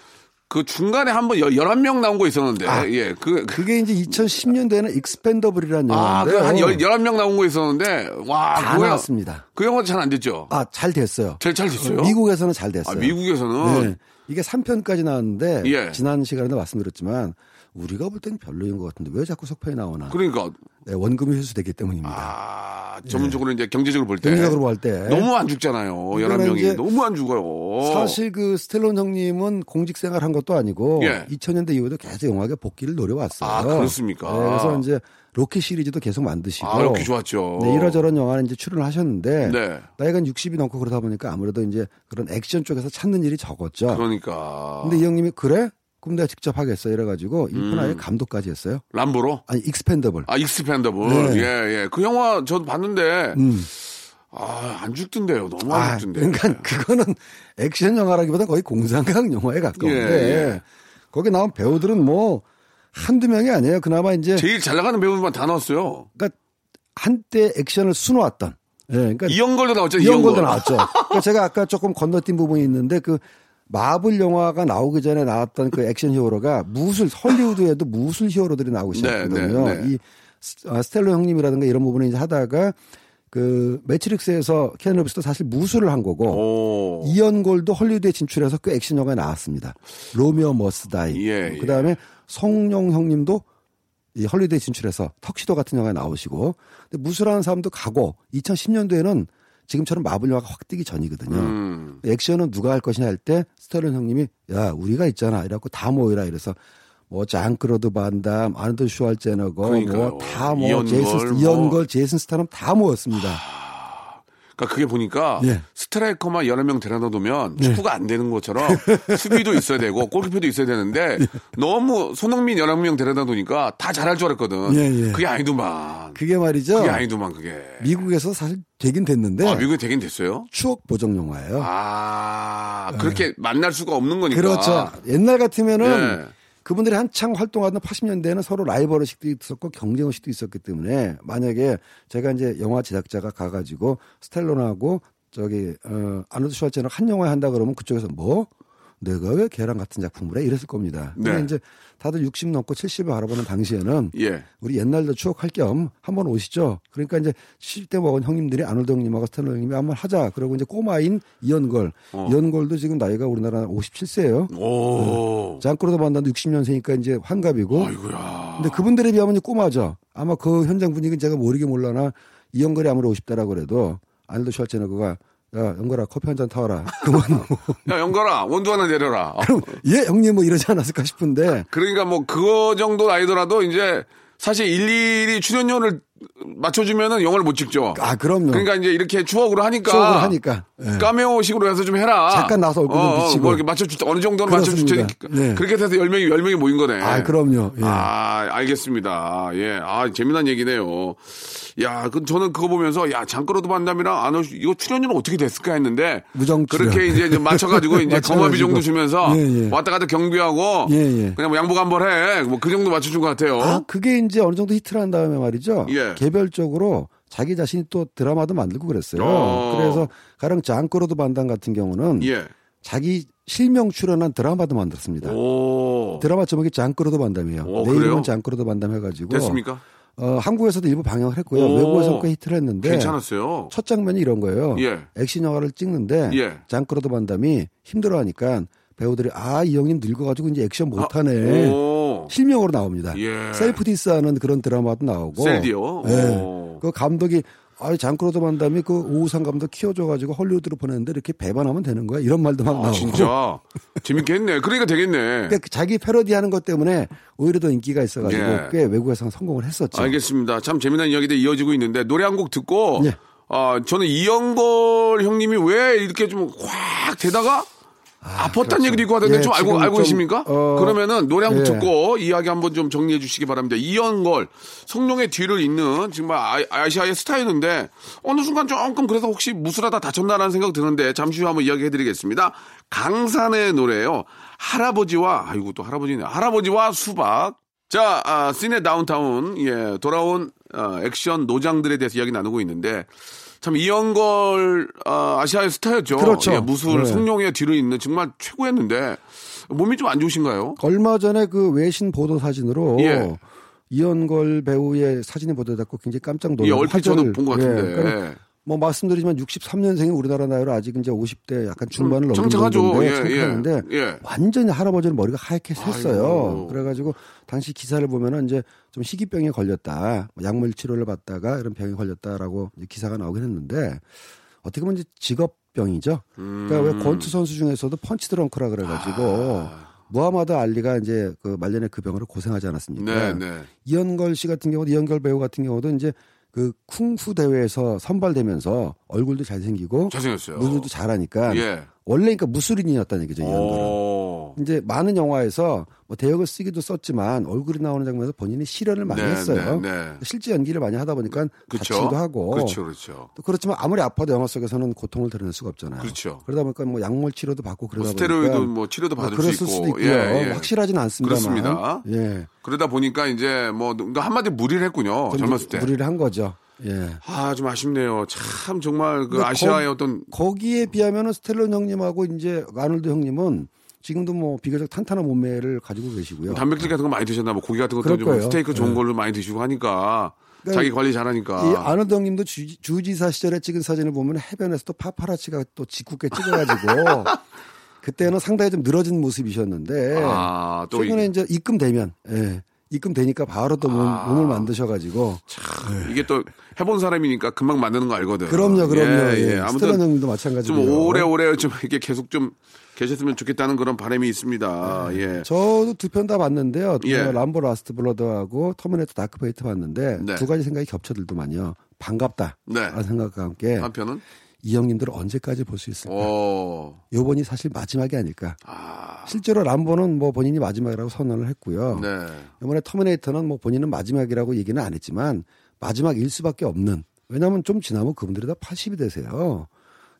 [SPEAKER 3] 그 중간에 한번 11명 나온 거 있었는데.
[SPEAKER 9] 아.
[SPEAKER 3] 예. 그, 그
[SPEAKER 9] 그게 이제 2010년대에는 익스펜더블이라는
[SPEAKER 3] 아,
[SPEAKER 9] 영화인데
[SPEAKER 3] 그한 11명 나온 거 있었는데. 와,
[SPEAKER 9] 네, 다
[SPEAKER 3] 그 영화-
[SPEAKER 9] 나왔습니다.
[SPEAKER 3] 그 영화 잘안 됐죠?
[SPEAKER 9] 아, 잘 됐어요.
[SPEAKER 3] 제일 잘 됐어요?
[SPEAKER 9] 미국에서는 잘 됐어요.
[SPEAKER 3] 아, 미국에서는.
[SPEAKER 9] 네. 이게 3편까지 나왔는데
[SPEAKER 3] 예.
[SPEAKER 9] 지난 시간에도 말씀드렸지만 우리가 볼 땐 별로인 것 같은데 왜 자꾸 속편이 나오나?
[SPEAKER 3] 그러니까.
[SPEAKER 9] 네, 원금이 회수되기 때문입니다.
[SPEAKER 3] 아, 전문적으로 이제 경제적으로 볼 때.
[SPEAKER 9] 경제적으로 볼때
[SPEAKER 3] 너무 안 죽잖아요.
[SPEAKER 9] 그러니까
[SPEAKER 3] 11명이.
[SPEAKER 9] 이제
[SPEAKER 3] 너무 안 죽어요.
[SPEAKER 9] 사실 그 스텔론 형님은 공직 생활한 것도 아니고
[SPEAKER 3] 예.
[SPEAKER 9] 2000년대 이후에도 계속 영화계 복귀를 노려왔어요.
[SPEAKER 3] 아, 그렇습니까?
[SPEAKER 9] 네, 그래서 이제 로키 시리즈도 계속 만드시고
[SPEAKER 3] 아, 이렇게 좋았죠.
[SPEAKER 9] 어. 네, 이러저런 영화는 이제 출연을 하셨는데
[SPEAKER 3] 네.
[SPEAKER 9] 나이가 60이 넘고 그러다 보니까 아무래도 이제 그런 액션 쪽에서 찾는 일이 적었죠.
[SPEAKER 3] 그러니까.
[SPEAKER 9] 근데 이 형님이 그래? 그럼 내가 직접 하겠어 이래가지고 일편 아예 감독까지 했어요.
[SPEAKER 3] 람보로?
[SPEAKER 9] 아니 익스펜더블.
[SPEAKER 3] 음. 아, 익스펜더블.
[SPEAKER 9] 네.
[SPEAKER 3] 예, 예. 그 영화 저도 봤는데,
[SPEAKER 9] 음.
[SPEAKER 3] 아, 안 죽던데요. 예. 너무 안
[SPEAKER 9] 아,
[SPEAKER 3] 죽던데.
[SPEAKER 9] 그러니까 그거는 액션 영화라기보다 거의 공상각 영화에 가까운데
[SPEAKER 3] 예, 예.
[SPEAKER 9] 거기 나온 배우들은 뭐 한두 명이 아니에요. 그나마 이제
[SPEAKER 3] 제일 잘 나가는 배우들만 다 나왔어요.
[SPEAKER 9] 그러니까 한때 액션을 수놓았던. 예, 그러니까
[SPEAKER 3] 이영걸도 나왔죠,
[SPEAKER 9] 이영걸도
[SPEAKER 3] 이영걸.
[SPEAKER 9] 나왔죠. 그러니까 제가 아까 조금 건너뛴 부분이 있는데 그 마블 영화가 나오기 전에 나왔던 그 액션 히어로가 무술 헐리우드에도 무술 히어로들이 나오고 시작했거든요.
[SPEAKER 3] 네, 네.
[SPEAKER 9] 이 스- 아, 스텔로 형님이라든가 이런 부분을 이제 하다가 그 매트릭스에서 케anu 리브스도 사실 무술을 한 거고
[SPEAKER 3] 오.
[SPEAKER 9] 이연골도 헐리우드에 진출해서 그 액션 영화에 나왔습니다. 로미오 머스다이.
[SPEAKER 3] 예, 예.
[SPEAKER 9] 그다음에 성룡 형님도 이 헐리우드에 진출해서 턱시도 같은 영화에 나오시고 근데 무술하는 사람도 가고 2010년도에는 지금처럼 마블 영화가 확 뜨기 전이거든요.
[SPEAKER 3] 음.
[SPEAKER 9] 액션은 누가 할 것이냐 할 때 스테론 형님이 야 우리가 있잖아 이래갖고 다 모이라 이래서 뭐 장크로드 반담 아르도 슈왈제너거 뭐
[SPEAKER 3] 그러니까요.
[SPEAKER 9] 뭐다뭐
[SPEAKER 3] 이연걸,
[SPEAKER 9] 제이슨
[SPEAKER 3] 뭐. 아,
[SPEAKER 9] 이연걸 제이슨 스타럼 다 모였습니다.
[SPEAKER 3] 그러니까 그게 보니까
[SPEAKER 9] 예.
[SPEAKER 3] 스트라이커만 여러 명 데려다 놓으면 축구가 안 되는 것처럼 수비도 있어야 되고 골키퍼도 있어야 되는데 너무 손흥민 여러 명 데려다 놓으니까 다 잘할 줄 알았거든.
[SPEAKER 9] 예, 예.
[SPEAKER 3] 그게 아니더만. 그게,
[SPEAKER 9] 그게 말이죠.
[SPEAKER 3] 아니더만 그게.
[SPEAKER 9] 미국에서 사실 되긴 됐는데
[SPEAKER 3] 아, 미국이 되긴 됐어요?
[SPEAKER 9] 추억 보정 영화예요.
[SPEAKER 3] 아, 그렇게 만날 수가 없는 거니까.
[SPEAKER 9] 어. 그렇죠. 옛날 같으면은
[SPEAKER 3] 예.
[SPEAKER 9] 그분들이 한창 활동하던 80년대에는 서로 라이벌 의식도 있었고 경쟁 의식도 있었기 때문에 만약에 제가 이제 영화 제작자가 가가지고 스텔론하고 저기 어, 아노드 슈왈체너 한 영화 한다 그러면 그쪽에서 뭐 내가 왜 걔랑 같은 작품을 해 이랬을 겁니다. 근데
[SPEAKER 3] 네.
[SPEAKER 9] 이제 다들 60 넘고 70을 바라보는 당시에는
[SPEAKER 3] 예.
[SPEAKER 9] 우리 옛날도 추억할 겸 한번 오시죠. 그러니까 이제 70대 먹은 형님들이 아놀드 형님하고 스탠드 형님이 한번 하자. 그러고 이제 꼬마인 이연걸.
[SPEAKER 3] 어.
[SPEAKER 9] 이연걸도 지금 나이가 우리나라 57세예요.
[SPEAKER 3] 오.
[SPEAKER 9] 장크로도 만난도 60년생이니까 이제 환갑이고.
[SPEAKER 3] 아이고야.
[SPEAKER 9] 근데 그분들에 비하면 이제 꼬마죠. 아마 그 현장 분위기는 제가 모르게 몰라나 이연걸이 아무리 50대라고 그래도 아놀드 슈왈제네거가 야, 연걸아 커피 한 잔 타와라. 그만. 뭐.
[SPEAKER 3] 야, 영걸아, 원두 하나 내려라. 어.
[SPEAKER 9] 예, 형님 뭐 이러지 않았을까 싶은데
[SPEAKER 3] 그러니까 뭐 그거 정도 나이더라도 이제 사실 일일이 출연료를 맞춰주면은 영화를 못 찍죠.
[SPEAKER 9] 아, 그럼요.
[SPEAKER 3] 그러니까 이제 이렇게 추억으로 하니까.
[SPEAKER 9] 추억으로 하니까. 예.
[SPEAKER 3] 까메오식으로 해서 좀 해라.
[SPEAKER 9] 잠깐 나와서 얼굴 좀 비치고.
[SPEAKER 3] 뭐 이렇게 맞춰줄 때 어느 정도는 맞춰줄
[SPEAKER 9] 그렇습니다.
[SPEAKER 3] 테니까.
[SPEAKER 9] 예.
[SPEAKER 3] 그렇게 돼서 열명이열명이 모인 거네.
[SPEAKER 9] 아, 그럼요. 예.
[SPEAKER 3] 아, 알겠습니다. 예. 아, 재미난 얘기네요. 야, 그 저는 그거 보면서 야, 장크로드 반담이랑 아노 이거 출연료는 어떻게 됐을까 했는데
[SPEAKER 9] 무정 출연.
[SPEAKER 3] 그렇게 이제 좀 맞춰 가지고 이제
[SPEAKER 9] 맞춰가지고.
[SPEAKER 3] 거마비 정도 주면서
[SPEAKER 9] 예, 예.
[SPEAKER 3] 왔다 갔다 경비하고
[SPEAKER 9] 예, 예.
[SPEAKER 3] 그냥 뭐 양복 한 벌 해. 뭐 그 정도 맞춰 준것 같아요.
[SPEAKER 9] 아, 그게 이제 어느 정도 히트를 한 다음에 말이죠.
[SPEAKER 3] 예.
[SPEAKER 9] 개별적으로 자기 자신이 또 드라마도 만들고 그랬어요.
[SPEAKER 3] 어.
[SPEAKER 9] 그래서 가령 장크로드 반단 같은 경우는
[SPEAKER 3] 예.
[SPEAKER 9] 자기 실명 출연한 드라마도 만들었습니다.
[SPEAKER 3] 오.
[SPEAKER 9] 드라마 제목이 장크로드 반담이에요.
[SPEAKER 3] 오,
[SPEAKER 9] 내 이름은
[SPEAKER 3] 그래요?
[SPEAKER 9] 장크로드 반담 해가지고
[SPEAKER 3] 됐습니까?
[SPEAKER 9] 어, 한국에서도 일부 방영을 했고요.
[SPEAKER 3] 오.
[SPEAKER 9] 외국에서도 꽤 히트를 했는데
[SPEAKER 3] 괜찮았어요.
[SPEAKER 9] 첫 장면이 이런 거예요.
[SPEAKER 3] 예.
[SPEAKER 9] 액션 영화를 찍는데
[SPEAKER 3] 예.
[SPEAKER 9] 장크로드 반담이 힘들어하니까 배우들이 아 이 형님 늙어가지고 이제 액션 못하네.
[SPEAKER 3] 아, 오.
[SPEAKER 9] 실명으로 나옵니다.
[SPEAKER 3] 예.
[SPEAKER 9] 셀프 디스하는 그런 드라마도 나오고.
[SPEAKER 3] 셀디요?
[SPEAKER 9] 예.
[SPEAKER 3] 오.
[SPEAKER 9] 그 감독이 아니 장크로드 만담이 그 오우상 감독 키워줘가지고 헐리우드로 보냈는데 이렇게 배반하면 되는 거야 이런 말도 막
[SPEAKER 3] 아,
[SPEAKER 9] 나오고
[SPEAKER 3] 진짜. 재밌겠네. 그러니까 되겠네.
[SPEAKER 9] 그러니까 그 자기 패러디하는 것 때문에 오히려 더 인기가 있어가지고
[SPEAKER 3] 예.
[SPEAKER 9] 꽤 외국에서는 성공을 했었죠.
[SPEAKER 3] 알겠습니다. 참 재미난 이야기들 이어지고 있는데 노래 한 곡 듣고
[SPEAKER 9] 예.
[SPEAKER 3] 아 저는 이영걸 형님이 왜 이렇게 좀 확 되다가 아, 팠다는 얘기도 있고 하던데
[SPEAKER 9] 예,
[SPEAKER 3] 좀 알고
[SPEAKER 9] 지금
[SPEAKER 3] 알고
[SPEAKER 9] 좀,
[SPEAKER 3] 계십니까?
[SPEAKER 9] 어,
[SPEAKER 3] 그러면은 노래 한 곡
[SPEAKER 9] 예.
[SPEAKER 3] 듣고 이야기 한번 좀 정리해 주시기 바랍니다. 이영걸 성룡의 뒤를 잇는 정말 아, 시아의 스타였는데 어느 순간 조금 그래서 혹시 무술하다 다쳤나라는 생각 드는데 잠시 후에 한번 이야기해 드리겠습니다. 강산의 노래예요. 할아버지와 아이고 또 할아버지네. 할아버지와 수박 자, 아, 시네 다운타운, 예, 돌아온 어, 액션 노장들에 대해서 이야기 나누고 있는데, 참, 이영걸, 아, 아시아의 스타였죠.
[SPEAKER 9] 그렇죠.
[SPEAKER 3] 예, 무술,
[SPEAKER 9] 네.
[SPEAKER 3] 성룡의 뒤로 있는 정말 최고였는데, 몸이 좀 안 좋으신가요?
[SPEAKER 9] 얼마 전에 그 외신 보도 사진으로
[SPEAKER 3] 예.
[SPEAKER 9] 이연걸 배우의 사진이 보도됐고 굉장히 깜짝
[SPEAKER 3] 예,
[SPEAKER 9] 놀란
[SPEAKER 3] 얼핏 저도 본 것 같은데. 예.
[SPEAKER 9] 뭐 말씀드리지만 63년생의 우리나라 나이로 아직 이제 50대 약간
[SPEAKER 3] 음,
[SPEAKER 9] 중반을 넘는
[SPEAKER 3] 창창하죠.
[SPEAKER 9] 정도인데
[SPEAKER 3] 예, 예.
[SPEAKER 9] 창창한데
[SPEAKER 3] 예.
[SPEAKER 9] 완전히 할아버지는 머리가 하얗게 샜어요.
[SPEAKER 3] 아이고.
[SPEAKER 9] 그래가지고 당시 기사를 보면은 이제 좀 희귀병에 걸렸다, 뭐 약물 치료를 받다가 이런 병에 걸렸다라고 이제 기사가 나오긴 했는데 어떻게 보면 이제 직업병이죠.
[SPEAKER 3] 음.
[SPEAKER 9] 그러니까 왜 권투 선수 중에서도 펀치 드렁크라 그래가지고
[SPEAKER 3] 아.
[SPEAKER 9] 무하마드 알리가 이제 그 말년에 그 병으로 고생하지 않았습니까?
[SPEAKER 3] 네, 네.
[SPEAKER 9] 이연걸 씨 같은 경우도 이연걸 배우 같은 경우도 이제 그 쿵푸 대회에서 선발되면서 얼굴도 잘생기고
[SPEAKER 3] 잘생겼어요.
[SPEAKER 9] 무술도 잘하니까
[SPEAKER 3] 예. 어.
[SPEAKER 9] 원래 그러니까 무술인이었다는 얘기죠 이연걸은.
[SPEAKER 3] 오.
[SPEAKER 9] 이제 많은 영화에서 뭐 대역을 쓰기도 썼지만 얼굴이 나오는 장면에서 본인이 실현을 많이
[SPEAKER 3] 네,
[SPEAKER 9] 했어요. 그러니까
[SPEAKER 3] 네, 네.
[SPEAKER 9] 실제 연기를 많이 하다 보니까
[SPEAKER 3] 그렇죠.
[SPEAKER 9] 다치기도 하고
[SPEAKER 3] 그렇죠, 그렇죠.
[SPEAKER 9] 또 그렇지만 아무리 아파도 영화 속에서는 고통을 드러낼 수가 없잖아요.
[SPEAKER 3] 그렇죠.
[SPEAKER 9] 러다 보니까 뭐 약물 치료도 받고 그러다
[SPEAKER 3] 뭐
[SPEAKER 9] 보니까
[SPEAKER 3] 스테로이드 뭐 치료도
[SPEAKER 9] 뭐
[SPEAKER 3] 받을 수
[SPEAKER 9] 그랬을
[SPEAKER 3] 있고. 예,
[SPEAKER 9] 수도 있고요. 뭐 확실하진 않습니다만.
[SPEAKER 3] 그렇습니다.
[SPEAKER 9] 예.
[SPEAKER 3] 그러다 보니까 이제 뭐, 그러니까 한마디 무리를 했군요.
[SPEAKER 9] 좀
[SPEAKER 3] 어, 젊었을 때.
[SPEAKER 9] 무리를 한 거죠. 예.
[SPEAKER 3] 아, 좀 아쉽네요. 참, 정말, 그,
[SPEAKER 9] 근데
[SPEAKER 3] 아시아의
[SPEAKER 9] 거-
[SPEAKER 3] 어떤,
[SPEAKER 9] 거기에 비하면은 스텔론 형님하고 이제 아놀드 형님은 지금도 뭐 비교적 탄탄한 몸매를 가지고 계시고요.
[SPEAKER 3] 단백질 같은 거 많이 드셨나, 뭐, 고기 같은 것도
[SPEAKER 9] 그럴
[SPEAKER 3] 좀,
[SPEAKER 9] 거예요.
[SPEAKER 3] 스테이크 좋은
[SPEAKER 9] 예.
[SPEAKER 3] 걸로 많이 드시고 하니까,
[SPEAKER 9] 그러니까
[SPEAKER 3] 자기
[SPEAKER 9] 이-
[SPEAKER 3] 관리
[SPEAKER 9] 이
[SPEAKER 3] 잘하니까.
[SPEAKER 9] 아놀드 형님도 주, 지사 시절에 찍은 사진을 보면 해변에서 또 파파라치가 또 짓궂게 찍어가지고 그때는 상당히 좀 늘어진 모습이셨는데
[SPEAKER 3] 아, 또
[SPEAKER 9] 최근에
[SPEAKER 3] 이-
[SPEAKER 9] 이제 입금되면 예. 입금되니까 바로 또 몸,
[SPEAKER 3] 아.
[SPEAKER 9] 몸을 만드셔가지고
[SPEAKER 3] 이게 또, 해본 사람이니까 금방 만드는 거 알거든.
[SPEAKER 9] 그럼요, 그럼요.
[SPEAKER 3] 예, 예.
[SPEAKER 9] 예. 스텔론
[SPEAKER 3] 아무튼,
[SPEAKER 9] 형님도 마찬가지고
[SPEAKER 3] 좀 오래오래 좀, 이렇게 계속 좀, 계셨으면 좋겠다는 그런 바람이 있습니다. 예.
[SPEAKER 9] 저도 두 편 다 봤는데요.
[SPEAKER 3] 예.
[SPEAKER 9] 그 람보 라스트 블러드하고 터미네이터 다크페이트 봤는데
[SPEAKER 3] 네.
[SPEAKER 9] 두 가지 생각이 겹쳐들더만요. 반갑다.
[SPEAKER 3] 네.
[SPEAKER 9] 라는 생각과 함께
[SPEAKER 3] 한편은,
[SPEAKER 9] 이 형님들을 언제까지 볼 수 있을까?
[SPEAKER 3] 어,
[SPEAKER 9] 요번이 사실 마지막이 아닐까?
[SPEAKER 3] 아,
[SPEAKER 9] 실제로 람보는 뭐 본인이 마지막이라고 선언을 했고요.
[SPEAKER 3] 네.
[SPEAKER 9] 이번에 터미네이터는 뭐 본인은 마지막이라고 얘기는 안 했지만 마지막일 수밖에 없는. 왜냐하면 좀 지나면 그분들이 다 80이 되세요.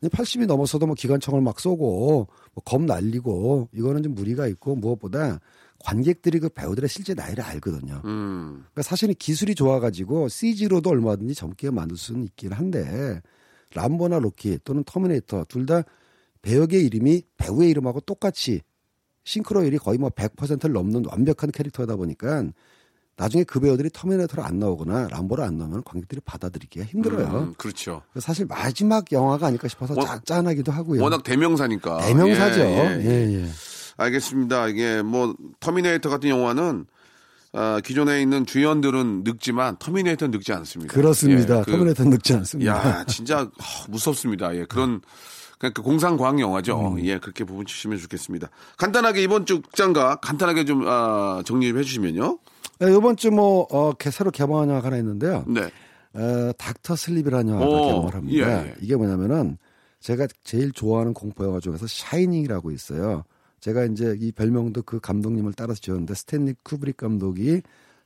[SPEAKER 9] 80이 넘어서도 뭐 기관총을 막 쏘고 뭐 검 날리고 이거는 좀 무리가 있고 무엇보다 관객들이 그 배우들의 실제 나이를 알거든요.
[SPEAKER 3] 음.
[SPEAKER 9] 그러니까 사실은 기술이 좋아가지고 CG로도 얼마든지 젊게 만들 수는 있긴 한데 람보나 로키 또는 터미네이터 둘 다 배역의 이름이 배우의 이름하고 똑같이 싱크로율이 거의 뭐 100%를 넘는 완벽한 캐릭터다 보니까 나중에 그 배우들이 터미네이터를 안 나오거나 람보를 안 나오면 관객들이 받아들이기가 힘들어요.
[SPEAKER 3] 음, 그렇죠.
[SPEAKER 9] 사실 마지막 영화가 아닐까 싶어서
[SPEAKER 3] 워-
[SPEAKER 9] 짜- 짠하기도 하고요.
[SPEAKER 3] 워낙 대명사니까.
[SPEAKER 9] 예. 대명사죠.
[SPEAKER 3] 예, 예, 예.
[SPEAKER 9] 예, 예.
[SPEAKER 3] 알겠습니다. 이게 뭐 터미네이터 같은 영화는 아, 기존에 있는 주연들은 늙지만 터미네이터는 늙지 않습니다.
[SPEAKER 9] 그렇습니다.
[SPEAKER 3] 예, 그-
[SPEAKER 9] 터미네이터 늙지 않습니다.
[SPEAKER 3] 야, 진짜 허, 무섭습니다. 예, 그런 그냥 그 공상과학 영화죠.
[SPEAKER 9] 음.
[SPEAKER 3] 예, 그렇게 부분 주시면 좋겠습니다. 간단하게 이번 주 극장가 간단하게 좀 아, 정리 좀 해주시면요.
[SPEAKER 9] 네, 이번 주 뭐 어, 개- 새로 개봉한 영화가 하나 있는데요.
[SPEAKER 3] 네.
[SPEAKER 9] 어, 닥터 슬립이라는 영화가
[SPEAKER 3] 오,
[SPEAKER 9] 개봉을 합니다.
[SPEAKER 3] 예, 예.
[SPEAKER 9] 이게 뭐냐면은 제가 제일 좋아하는 공포 영화 중에서 샤이닝이라고 있어요. 제가 이제 이 별명도 그 감독님을 따라서 지었는데 스탠리 쿠브릭 감독이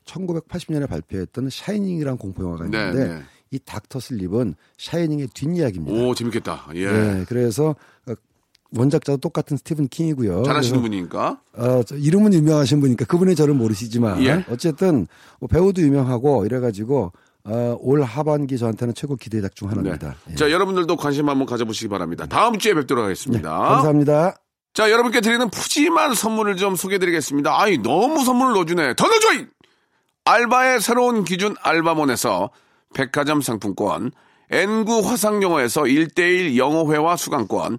[SPEAKER 9] 1980년에 발표했던 샤이닝이라는 공포 영화가
[SPEAKER 3] 네,
[SPEAKER 9] 있는데
[SPEAKER 3] 네.
[SPEAKER 9] 이 닥터 슬립은 샤이닝의 뒷이야기입니다.
[SPEAKER 3] 오, 재밌겠다. 예.
[SPEAKER 9] 예, 그래서 어, 원작자도 똑같은 스티븐 킹이고요.
[SPEAKER 3] 잘하시는
[SPEAKER 9] 그래서
[SPEAKER 3] 분이니까.
[SPEAKER 9] 어, 저 이름은 유명하신 분이니까 그분의 저를 모르시지만
[SPEAKER 3] 예.
[SPEAKER 9] 어쨌든 뭐 배우도 유명하고 이래가지고 어, 올 하반기 저한테는 최고 기대작 중 하나입니다. 예.
[SPEAKER 3] 네. 자, 여러분들도 관심 한번 가져보시기 바랍니다. 다음 주에 뵙도록 하겠습니다.
[SPEAKER 9] 네, 감사합니다.
[SPEAKER 3] 자, 여러분께 드리는 푸짐한 선물을 좀 소개해드리겠습니다. 아이, 너무 선물을 넣어주네. 더 넣어줘! 이! 알바의 새로운 기준 알바몬에서 백화점 상품권, N구 화상영어에서 1대1 영어회화 수강권,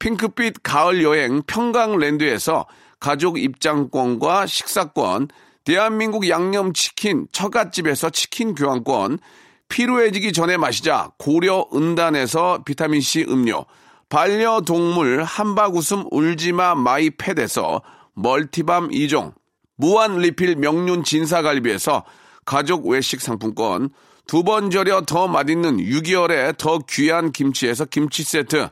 [SPEAKER 3] 핑크빛 가을 여행 평강랜드에서 가족 입장권과 식사권, 대한민국 양념치킨 처갓집에서 치킨 교환권, 피로해지기 전에 마시자 고려 은단에서 비타민C 음료, 반려동물 한바구음 울지마 마이패드에서 멀티밤 2종, 무한 리필 명륜 진사갈비에서 가족 외식 상품권, 두 번 절여 더 맛있는 6개월에 더 귀한 김치에서 김치 세트,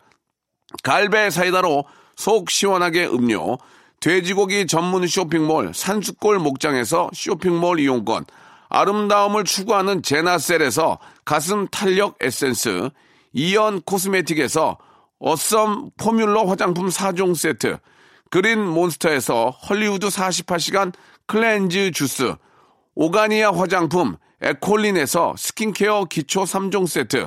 [SPEAKER 3] 갈배 사이다로 속 시원하게 음료, 돼지고기 전문 쇼핑몰 산수골 목장에서 쇼핑몰 이용권, 아름다움을 추구하는 제나셀에서 가슴 탄력 에센스, 이연 코스메틱에서 어썸 포뮬러 화장품 4종 세트, 그린 몬스터에서 헐리우드 48시간 클렌즈 주스, 오가니아 화장품 에콜린에서 스킨케어 기초 3종 세트,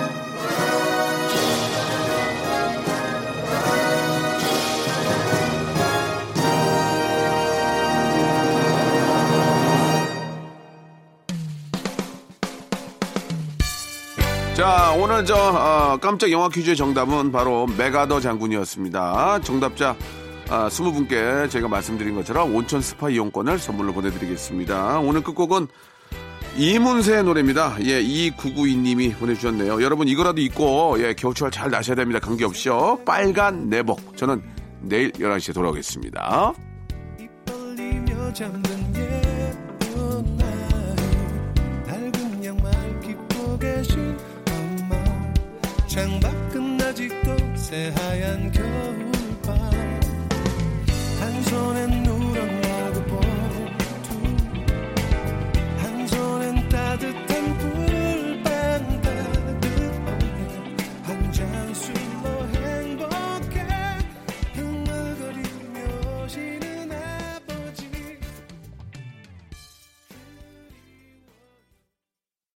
[SPEAKER 3] 자, 오늘 저 어, 깜짝 영화 퀴즈의 정답은 바로 메가더 장군이었습니다. 정답자 아, 20분께 제가 말씀드린 것처럼 온천 스파 이용권을 선물로 보내드리겠습니다. 오늘 끝곡은 이문세의 노래입니다. 예, 2992님이 보내주셨네요. 여러분 이거라도 입고 예, 겨울철 잘 나셔야 됩니다. 감기없이요. 빨간 내복. 저는 내일 11시에 돌아오겠습니다.
[SPEAKER 4] 입 벌리며 잠든 예쁜 날 낡은 양말 짚고 계신 엄마 창밖은 아직도 새하얀 겨울 뭐